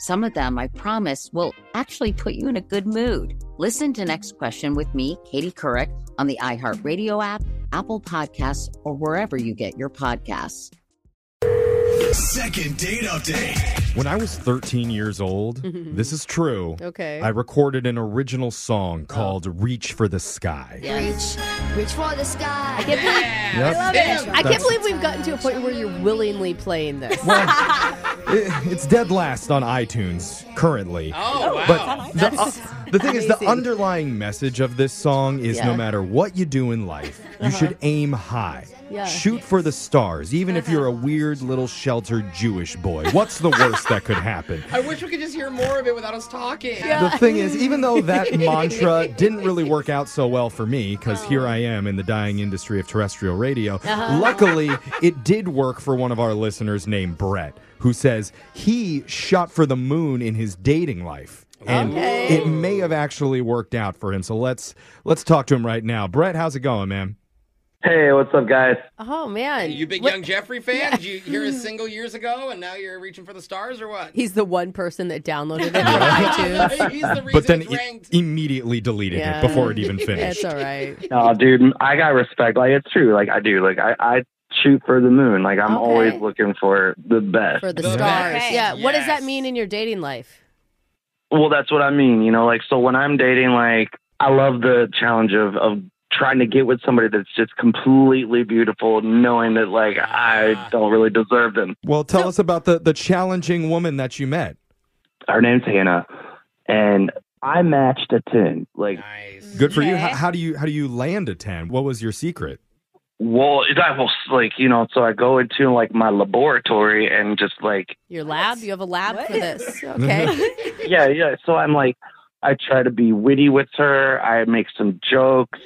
Some of them, I promise, will actually put you in a good mood. Listen to Next Question with me, Katie Couric, on the iHeartRadio app, Apple Podcasts, or wherever you get your podcasts. Second date update. When I was 13 years old, this is true. Okay. I recorded an original song called Reach for the Sky. Reach, reach for the sky. I can't believe, Yep. I can't That's- believe we've gotten to a point where you're willingly playing this. Well, it- it's dead last on iTunes currently. Oh, wow. But the, uh, the thing is, the amazing. underlying message of this song is no Yeah. Uh-huh. matter what you do in life, you should aim high. Yeah. Uh-huh. Shoot for the stars, even if you're a weird little sheltered Jewish boy. What's the worst that could happen? I wish we could just hear more of it without us talking. The thing is, even though that mantra didn't really work out so well for me, because here I am in the dying industry of terrestrial radio, luckily it did work for one of our listeners named Brett, who says he shot for the moon in his dating life. And it may have actually worked out for him. So let's let's talk to him right now. Brett, how's it going, man? Hey, what's up, guys? Oh, man. You big What- young Jeffrey fan? Did you hear a single years ago and now you're reaching for the stars or what? He's the one person that downloaded it on iTunes. He's the reason But then it's i- ranked. immediately deleted Yeah. it before it even It's finished. all right. No, dude, I got respect. Like it's true. Like I do. Like I, I shoot for the moon. Like I'm Okay. always looking for the best. For the, The stars. best. Yeah. What does that Yes. mean in your dating life? well, that's what I mean. You know, like so when I'm dating, like I love the challenge of of trying to get with somebody that's just completely beautiful, knowing that like I don't really deserve them. Well, tell us about the, the challenging woman that you met. Her name's Hannah, and I matched a ten. Like nice. Good for you. Okay. How, how do you how do you land a ten? What was your secret? well, that was like you know. So I go into like my laboratory and just like Your lab? You have a lab for this. Okay. yeah, yeah. So I'm like, I try to be witty with her. I make some jokes.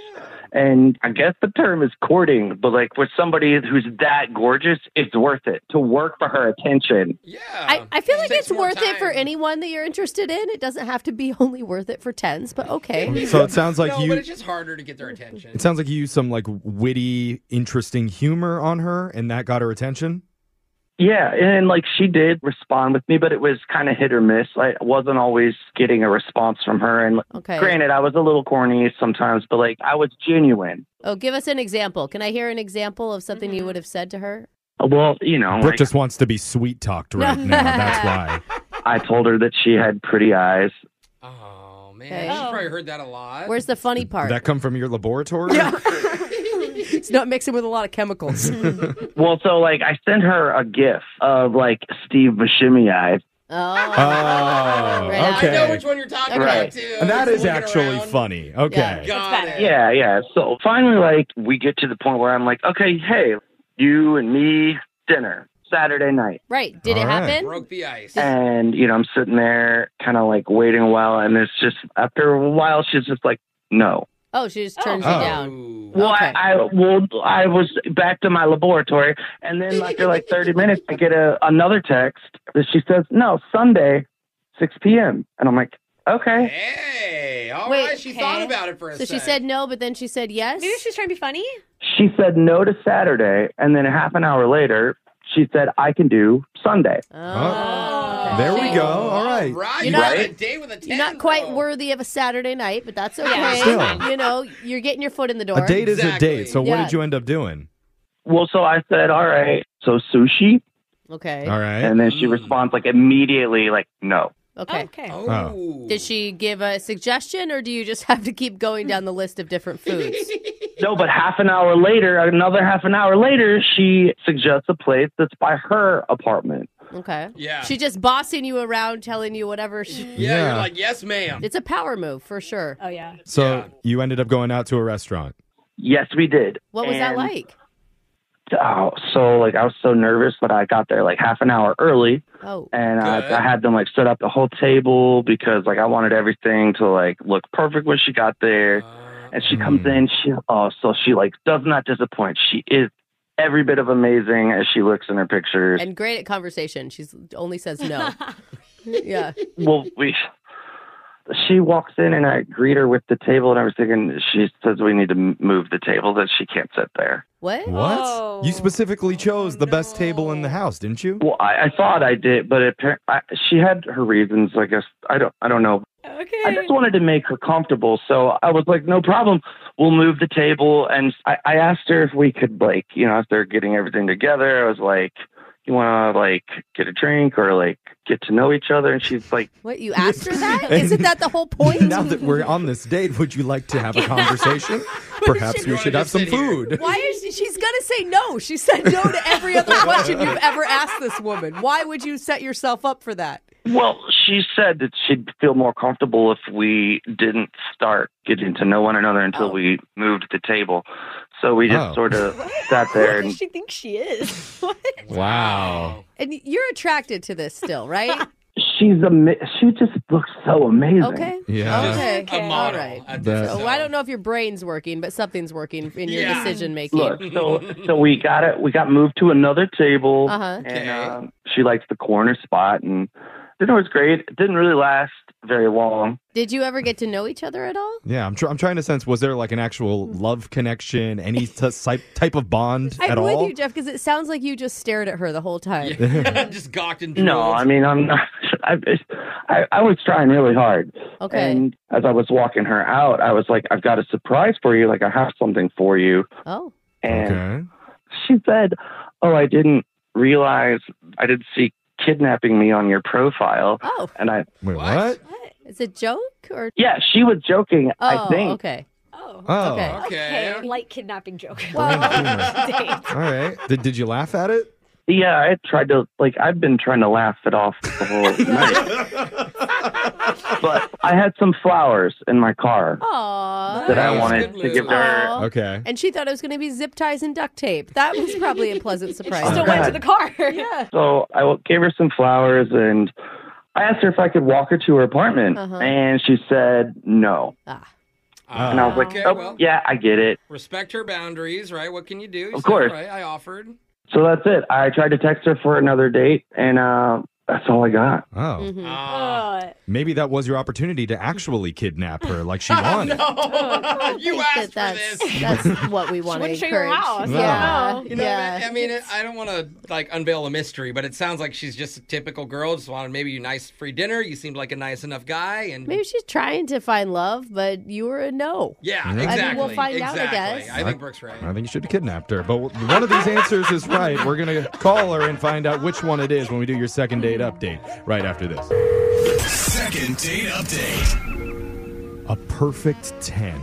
And I guess the term is courting, but like with somebody who's that gorgeous, it's worth it to work for her attention. Yeah. I, I feel like Takes it's more worth it for time. anyone that you're interested in. It doesn't have to be only worth it for tens, but okay. So it sounds like no, you but it's just harder to get their attention. It sounds like you used some like witty, interesting humor on her, and that got her attention. Yeah, and like she did respond with me, but it was kind of hit or miss. I wasn't always getting a response from her. And Okay. granted, I was a little corny sometimes, but like I was genuine. Oh, give us an example. Can I hear an example of something you would have said to her? Well, you know, Brooke like, just wants to be sweet talked right now. That's why. I told her that she had pretty eyes. oh, man. Okay. She's probably heard that a lot. Where's the funny Did part? that come from your laboratory? It's not mixing with a lot of chemicals. Well, so like I sent her a gif of like Steve Buscemi eyes. oh. Oh. I know which one you're talking about, too. And that Just is looking actually around. funny. Okay. Got it. Yeah, yeah. So finally, like, we get to the point where I'm like, okay, hey, you and me, dinner, Saturday night. Right. Did it All right. happen? Broke the ice. And, you know, I'm sitting there kind of like waiting a while. And it's just, after a while, she's just like, no. Oh, she just turns Oh. you down. Well, I, I well, I was back to my laboratory, and then after like 30 minutes, I get a, another text that she says, "No, Sunday, 6 p.m." And I'm like, "Okay." Hey, all right. Wait, She thought about it for a So she second. said no, but then she said yes. Maybe she's trying to be funny. She said no to Saturday, and then half an hour later, she said, "I can do Sunday." Oh. Oh. There we go. All right. You're not, you're not quite worthy of a Saturday night, but that's okay. Still. You know, you're getting your foot in the door. A date is a date. So what Yeah. did you end up doing? Well, so I said, "All right." So sushi, Okay. All right. and then she responds like immediately, like, "No." Okay. Okay. Oh. Did she give a suggestion, or do you just have to keep going down the list of different foods? No, but half an hour later, another half an hour later, she suggests a place that's by her apartment. Okay. Yeah. She just bossing you around, telling you whatever. She... Yeah, you're Yeah. like, yes, ma'am. It's a power move for sure. Oh yeah. So you ended up going out to a restaurant. Yes, we did. What was that And- like? Oh, so like I was so nervous, but I got there like half an hour early, Oh. and I, I had them like set up the whole table because like I wanted everything to like look perfect when she got there. Uh, And she comes in, she oh, so she like does not disappoint. She is every bit of amazing as she looks in her pictures. And great at conversation. She's only says no. yeah. well, we. She walks in and I greet her with the table, and I was thinking she says we need to m- move the table that she can't sit there. What? Oh. What? You specifically chose the best table in the house, didn't you? Well, I, I thought I did, but appar- I, she had her reasons. I guess I don't. I don't know. Okay. I just wanted to make her comfortable, so I was like, "No problem. We'll move the table." And I, I asked her if we could, like, you know, after getting everything together, I was like, "You want to like get a drink or like get to know each other?" And she's like, What you asked her that? Isn't that the whole point? Now that we're on this date, would you like to have a conversation? Perhaps we should have some food. Why is she, she's gonna say no? She said no to every other question you've ever asked this woman. Why would you set yourself up for that? Well, she said that she'd feel more comfortable if we didn't start getting to know one another until we moved the table. So we just Oh. sort of sat there Who and does she think she is? Wow. And you're attracted to this still, right? she's ama- she just looks so amazing. Okay. Yeah. Okay. A All model. right. at this So, point. I don't know if your brain's working, but something's working in your Yeah. decision making. Look, so so we got it. We got moved to another table, Uh-huh. and um, she likes the corner spot. And dinner was great. It didn't really last very long. Did you ever get to know each other at all? Yeah, I'm, tr- I'm trying to sense was there like an actual love connection, any t- type type of bond I'm at with all? you, Jeff, because it sounds like you just stared at her the whole time. just gawked and No, I mean I'm not. I, I I was trying really hard. Okay. And as I was walking her out, I was like, I've got a surprise for you. Like I have something for you. Oh. And okay. she said, Oh, I didn't realize I didn't see kidnapping me on your profile. Oh. And I Wait, what? Is it joke or? Yeah, she was joking, Oh, I think. okay. Oh. Okay. Okay, light kidnapping joke. Oh All right. Did, did you laugh at it? Yeah, I tried to like I've been trying to laugh it off the whole night. but I had some flowers in my car Aww. that I wanted to give to her. Oh, Aw. Okay. Oh. And she thought it was going to be zip ties and duct tape. That was probably a pleasant surprise. still went to the car. Yeah. So I w- gave her some flowers and I asked her if I could walk her to her apartment. Uh-huh. And she said no. and I was like, okay, oh, well, yeah, I get it. respect her boundaries, right? What can you do? You Of said, course. Right, I offered. So that's it. I tried to text her for another date and uh, that's all I got. Oh. Mm-hmm. Hmm. Uh, Maybe that was your opportunity to actually kidnap her like she wanted. no, you asked for that's, this. That's what we want to wouldn't encourage. show your house. No. Yeah. You know, yeah. I mean, I don't want to like unveil a mystery, but it sounds like she's just a typical girl. Just wanted maybe a nice free dinner. You seemed like a nice enough guy, and Maybe she's trying to find love, but you were a no. yeah, Yeah. exactly. I mean, we'll find out, I exactly. guess. I think Brooke's right. I think you should have kidnapped her. But one of these answers is right. We're going to call her and find out which one it is when we do your second date update right after this. Second date update. A perfect 10.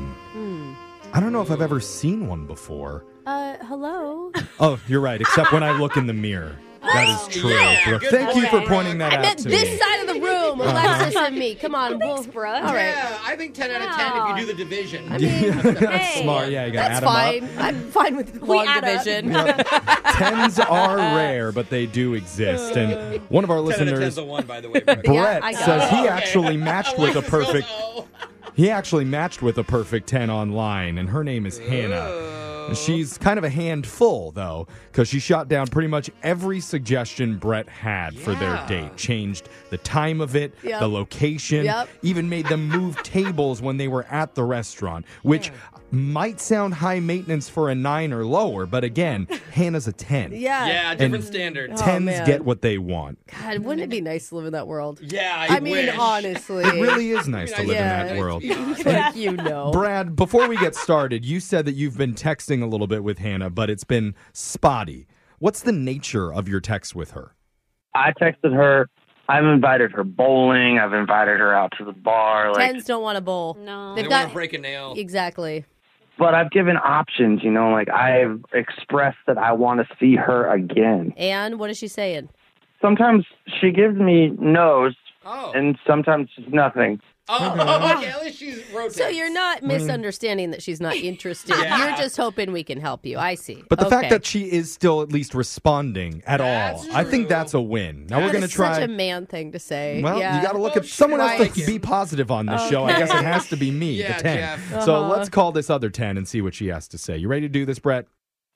I don't know if I've ever seen one before. Uh, hello. Oh, you're right, except when I look in the mirror. That is true. Yeah, Brooke. good Thank you for point. pointing that I out meant to this me. side of the room. room, Alexis and me. Come on, thanks, we'll, bruh. All right. Yeah, I think 10 out of 10 if you do the division. That's smart. Yeah, you got to add That's them up. fine. I'm fine with long division. Tens are rare, but they do exist. And one of our Ten out of listeners, ten's a one, by the way. Brett. Brett, I got says it. he Okay. actually matched with a perfect. He actually matched with a perfect 10 online, and her name is Hannah. And she's kind of a handful, though, because she shot down pretty much every suggestion Brett had for their Yeah. date. Changed the time of it, Yep. the location, Yep. even made them move tables when they were at the restaurant, which might sound high maintenance for a nine or lower, but again, Hannah's a 10. Yeah. Yeah, different standard. Oh, Tens man. get what they want. God, wouldn't it be nice to live in that world? Yeah, I, mean, honestly, It really is nice to live in that Yeah. world. Thank you know. Brad, before we get started, you said that you've been texting a little bit with Hannah, but it's been spotty. What's the nature of your text with her? I texted her. I've invited her bowling. I've invited her out to the bar. Like, Tens don't want to bowl. No, They wanna break a nail. Exactly. but I've given options. You know, like I've expressed that I want to see her again. And what is she saying? Sometimes she gives me no's, and sometimes it's nothing. Oh, oh, okay, at least she's rotating. So you're Mm. not misunderstanding that she's not interested. Yeah. You're just hoping we can help you. I see. But the Okay. fact that she is still at least responding at all, I think that's a win. Now we're That going to is try. Such a man thing to say. well, yeah. you got to look at someone has Right. to be positive on this show. I Okay. guess it has to be me, Yeah, the 10. Jeff. So Uh-huh. let's call this other 10 and see what she has to say. You ready to do this, Brett?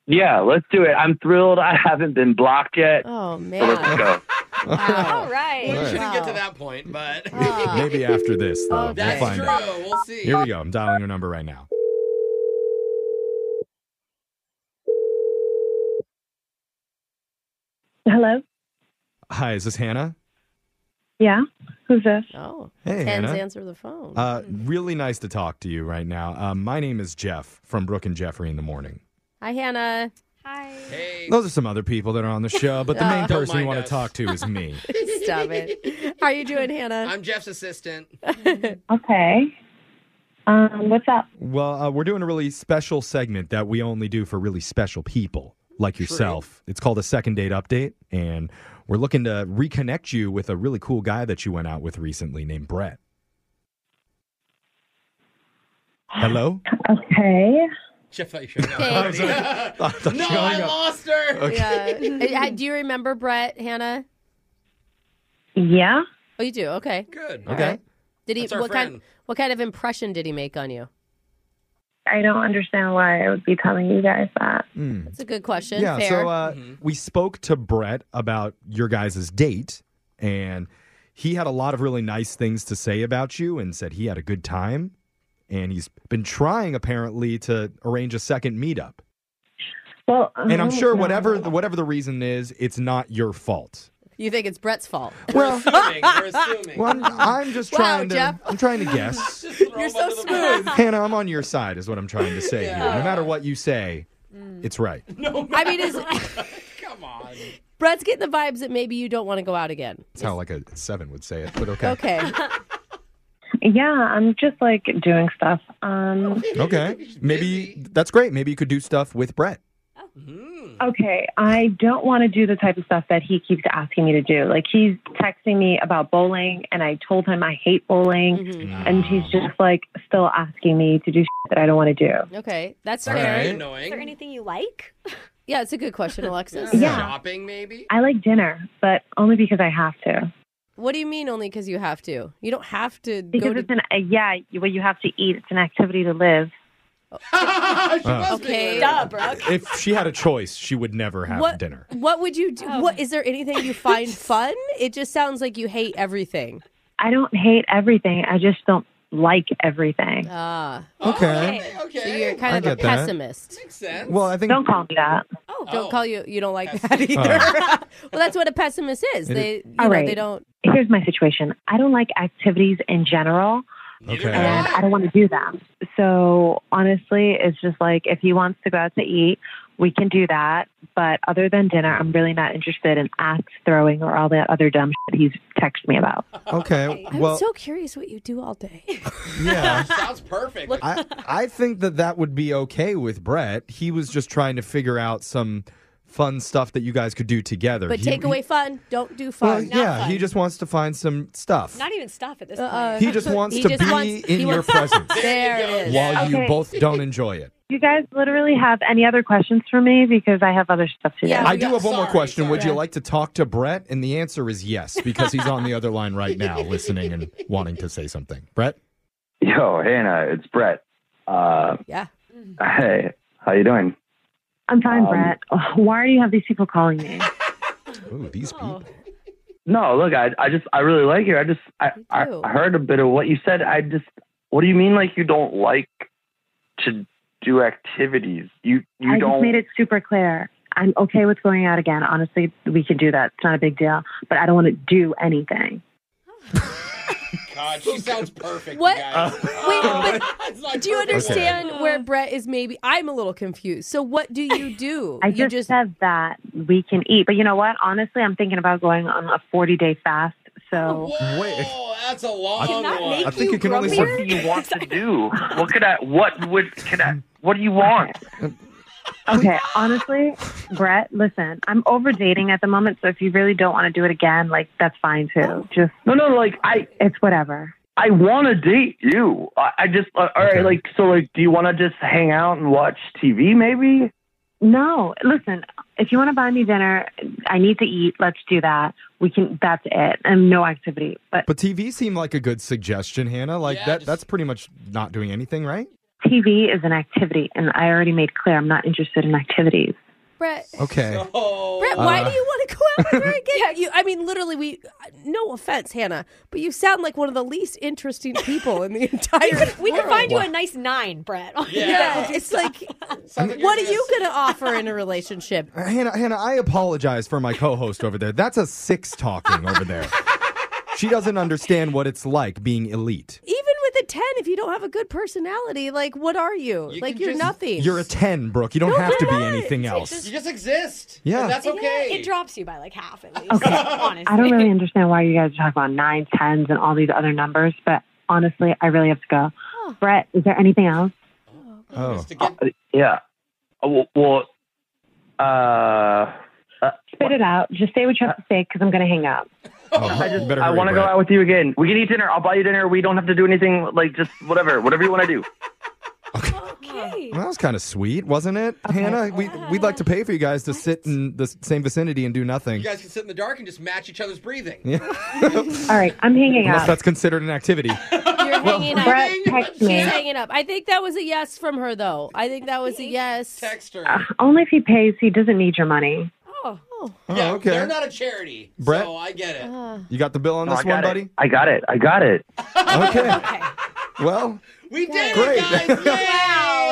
Yeah, let's do it. I'm thrilled. I haven't been blocked yet. Oh So let's go. All right. Well, you All shouldn't right. get to that point, but Uh-huh. Maybe after this, though. That's we'll find true. out. We'll see. Here we go. I'm dialing her number right now. Hello. Hi, is this Hannah? Yeah. Who's this? Oh. Hey, Tens Hannah. answer the phone. Uh, really nice to talk to you right now. Uh, my name is Jeff from Brooke and Jeffrey in the Morning. Hi, Hannah. Those are some other people that are on the show, but the Oh. main Don't person you mind want to us. talk to is me. Stop it. How are you doing, Hannah? I'm Jeff's assistant. Okay. Um, what's up? well, uh, we're doing a really special segment that we only do for really special people like yourself. It's called a second date update, and we're looking to reconnect you with a really cool guy that you went out with recently named Brett. Hello? Okay. Jeff thought you showed up. I was no, I lost her. Yeah. Uh, Do you remember Brett, Hannah? Yeah. Oh, you do. Okay. Good. Okay. Did he? That's our what kind? friend. What kind of impression did he make on you? I don't understand why I would be telling you guys that. Mm. That's a good question. Yeah, Fair. so uh, we spoke to Brett about your guys' date, and he had a lot of really nice things to say about you and said he had a good time. And he's been trying apparently to arrange a second meetup. Well, oh, And I'm sure no. whatever the, whatever the reason is, it's not your fault. you think it's Brett's fault? Well- We're assuming. Well, I'm, I'm just Wow, trying to Jeff. I'm trying to guess. You're so smooth. Hannah, I'm on your side is what I'm trying to say here. Yeah. Mm. No matter what you say, it's right. No, I mean, is come on. Brett's getting the vibes that maybe you don't want to go out again. That's how like a seven would say it, but okay. Okay. Yeah, I'm just like doing stuff. Um, Okay. Maybe that's great. Maybe you could do stuff with Brett. okay. I don't want to do the type of stuff that he keeps asking me to do. Like he's texting me about bowling, and I told him I hate Mm-hmm. bowling, and he's just like still asking me to do shit that I don't want to do. Okay, that's All fair. right. Is there anything you like? Yeah, it's a good question, Alexis. Yeah. Shopping, maybe. I like dinner, but only because I have to. What do you mean? Only because you have to? You don't have to Because go to. it's an uh, yeah, you- well, you have to eat. It's an activity to live. was okay, If she had a choice, she would never have What dinner. What would you do? Oh. What is there anything you find fun? It just sounds like you hate everything. I don't hate everything. I just don't like everything. Ah, Okay. okay. So you're kind I of a get that. pessimist. Makes sense. Well, I think don't call me that. Oh, don't call you. You don't like that either. well, that's what a pessimist is. Oh. It- They, you All know, right. they don't. Here's my situation. I don't like activities in general, and I don't want to do them. So honestly, it's just like if he wants to go out to eat, we can do that. But other than dinner, I'm really not interested in axe throwing or all that other dumb shit he's texted me about. Okay. I'm Well, so curious what you do all day. yeah. Sounds perfect. I, I think that that would be okay with Brett. He was just trying to figure out some fun stuff that you guys could do together. But He- take away fun. Don't do Well, fun. yeah, he just wants to find some stuff. Not even stuff at this point. He just wants to be in your presence there it is. Oh while you Okay. both don't enjoy it. You guys literally have any other questions for me because I have other stuff to do. I do have one more question. Would you like to talk to Brett? And the answer is yes, because he's on the other line right now, listening and wanting to say something. Brett, Yo, Hannah, it's Brett. Uh, yeah. Hey, how you doing? I'm fine, Um, Brett. Ugh, Why do you have these people calling me? Ooh, these people. No, look, I, I just, I really like you. I just, I, I, I heard a bit of what you said. I just, what do you mean, like you don't like to do activities? You, you I don't. just made it super clear. I'm okay with going out again. Honestly, we can do that. It's not a big deal. But I don't want to do anything. God, she sounds perfect. What? You Uh, guys. Wait, It's like do you perfect. understand where Brett is? Maybe I'm a little confused. So what do you do? I you just, said that we can eat. But you know what? Honestly, I'm thinking about going on a 40 day fast. So Oh, Wait. That's a long Did not one. make I think you it can only grumpier? serve- What do you want to do? What could I? What would? Could I? What do you want? okay, honestly, Brett, listen, I'm over dating at the moment. So if you really don't want to do it again, like that's fine too. Just no, no, like I, it's whatever. I want to date you. I, I just uh, all right. Like so, like do you want to just hang out and watch TV? Maybe. No, listen. If you want to buy me dinner, I need to eat. Let's do that. We can. That's it, and no activity. But But TV seemed like a good suggestion, Hannah. Like that that's pretty much not doing anything, right? TV is an activity, and I already made clear I'm not interested in activities. Brett, Okay. Oh, Brett, why Oh, Uh, do you want to go out with her again? you, I mean, literally, we. No offense, Hannah, but you sound like one of the least interesting people in the entire. We can world. find you a nice nine, Brett. Yeah, it's like, like what are you going to offer in a relationship? Hannah, Hannah, I apologize for my co-host over there. That's a six talking over there. She doesn't understand what it's like being elite. Even with a ten, if you don't have a good personality, like, what are you? like, you're nothing. You're a 10, Brooke. You don't have to be anything else. You just exist. Yeah. And that's okay. it drops you by like half at least. Okay. I don't really understand why you guys talk about nine, tens, and all these other numbers, but honestly, I really have to go. Brett, is there anything else? Oh. Uh, yeah. Uh, Well, well, uh, uh, Spit it out. Just say what you have to say because I'm going to hang up. I just, Oh, better I hurry, want to go Brett. out with you again. We can eat dinner. I'll buy you dinner. We don't have to do anything. Like just whatever, whatever you want to do. Okay. Well, that was kind of sweet, wasn't it, Hannah? We, we'd like to pay for you guys to sit in the s- same vicinity and do nothing. You guys can sit in the dark and just match each other's breathing. Yeah. All right, I'm hanging Unless up. that's considered an activity. You're hanging up. Brett, text She's me. hanging up. I think that was a yes from her, though. I think that was a yes. Text her. Uh, only if he pays, he doesn't need your money. Oh, yeah, okay. They're not a charity. Brett? So I get it. Oh, You got the bill on No, this I got one, it. buddy? I got it. I got it. Okay. well, we did Great. it, guys.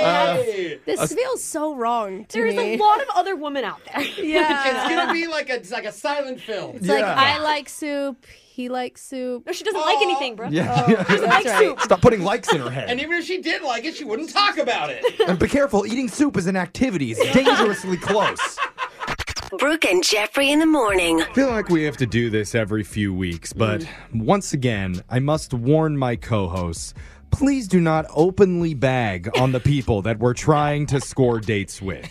Wow. Yay. this Uh, feels so wrong to There's me. a lot of other women out there. yeah. It's gonna be like a it's like a silent film. It's like I like soup. He likes soup. No, she doesn't like anything, bro. yeah. like soup. Stop putting likes in her head. And even if she did like it, she wouldn't talk about it. and be careful, eating soup is an activity. It's dangerously close. Brooke and Jeffrey in the morning. I feel like we have to do this every few weeks, but once again, I must warn my co hosts please do not openly bag on the people that we're trying to score dates with.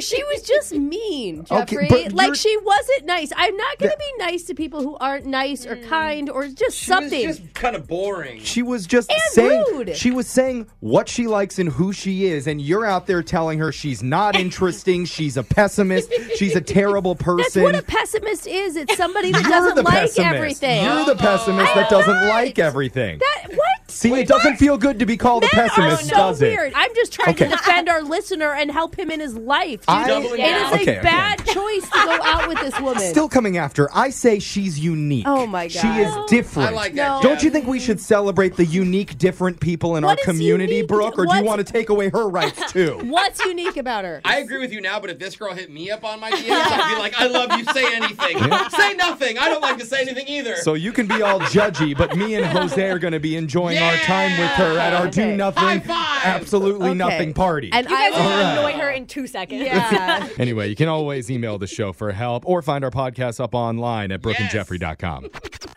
She was just mean, Okay, Jeffrey. but like you're- she wasn't nice. I'm not going to be nice to people who aren't nice Mm. or kind or just something. It's just kind of boring. She was just And saying rude. she was saying what she likes and who she is, and you're out there telling her she's not interesting, she's a pessimist, she's a terrible That's person. what a pessimist is. It's somebody that you're the doesn't like pessimist. everything. You're the pessimist I'm that doesn't not. like everything. That what? See, it doesn't feel good to be called a Men are pessimist, so does it? weird. I'm just trying to Okay. defend our listener and help him in his life. dude. I- it is Okay, a okay. bad choice to go out with this woman. Still coming after. I say she's unique. Oh, my She God. is different. I like that, No. Jeff. Don't you think we should celebrate the unique, different people in What our is community, unique? Brooke? Or do you What's- want to take away her rights too? What's unique about her? I agree with you now, but if this girl hit me up on my DMs, I'd be like, I love you, say anything. Say nothing. I don't like to say anything either. So you can be all judgy, but me and Jose are going to be enjoying our time with her at our do nothing, absolutely Okay. nothing party. And you guys All will right. annoy her in two seconds. Yeah. Anyway, you can always email the show for help or find our podcast up online at brookandjeffrey.com.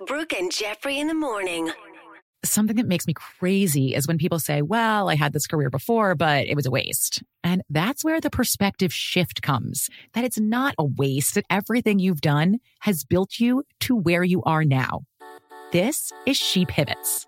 Brooke and Jeffrey in the morning. something that makes me crazy is when people say, well, I had this career before, but it was a waste. And that's where the perspective shift comes that it's not a waste, that everything you've done has built you to where you are now. This is She Pivots,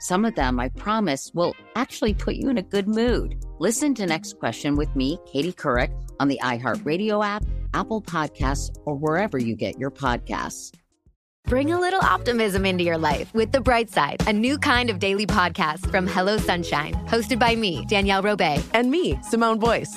Some of them, I promise, will actually put you in a good mood. Listen to Next Question with me, Katie Couric, on the iHeartRadio app, Apple Podcasts, or wherever you get your podcasts. Bring a little optimism into your life with The Bright Side, a new kind of daily podcast from Hello Sunshine, hosted by me, Danielle Robay, and me, Simone Boyce.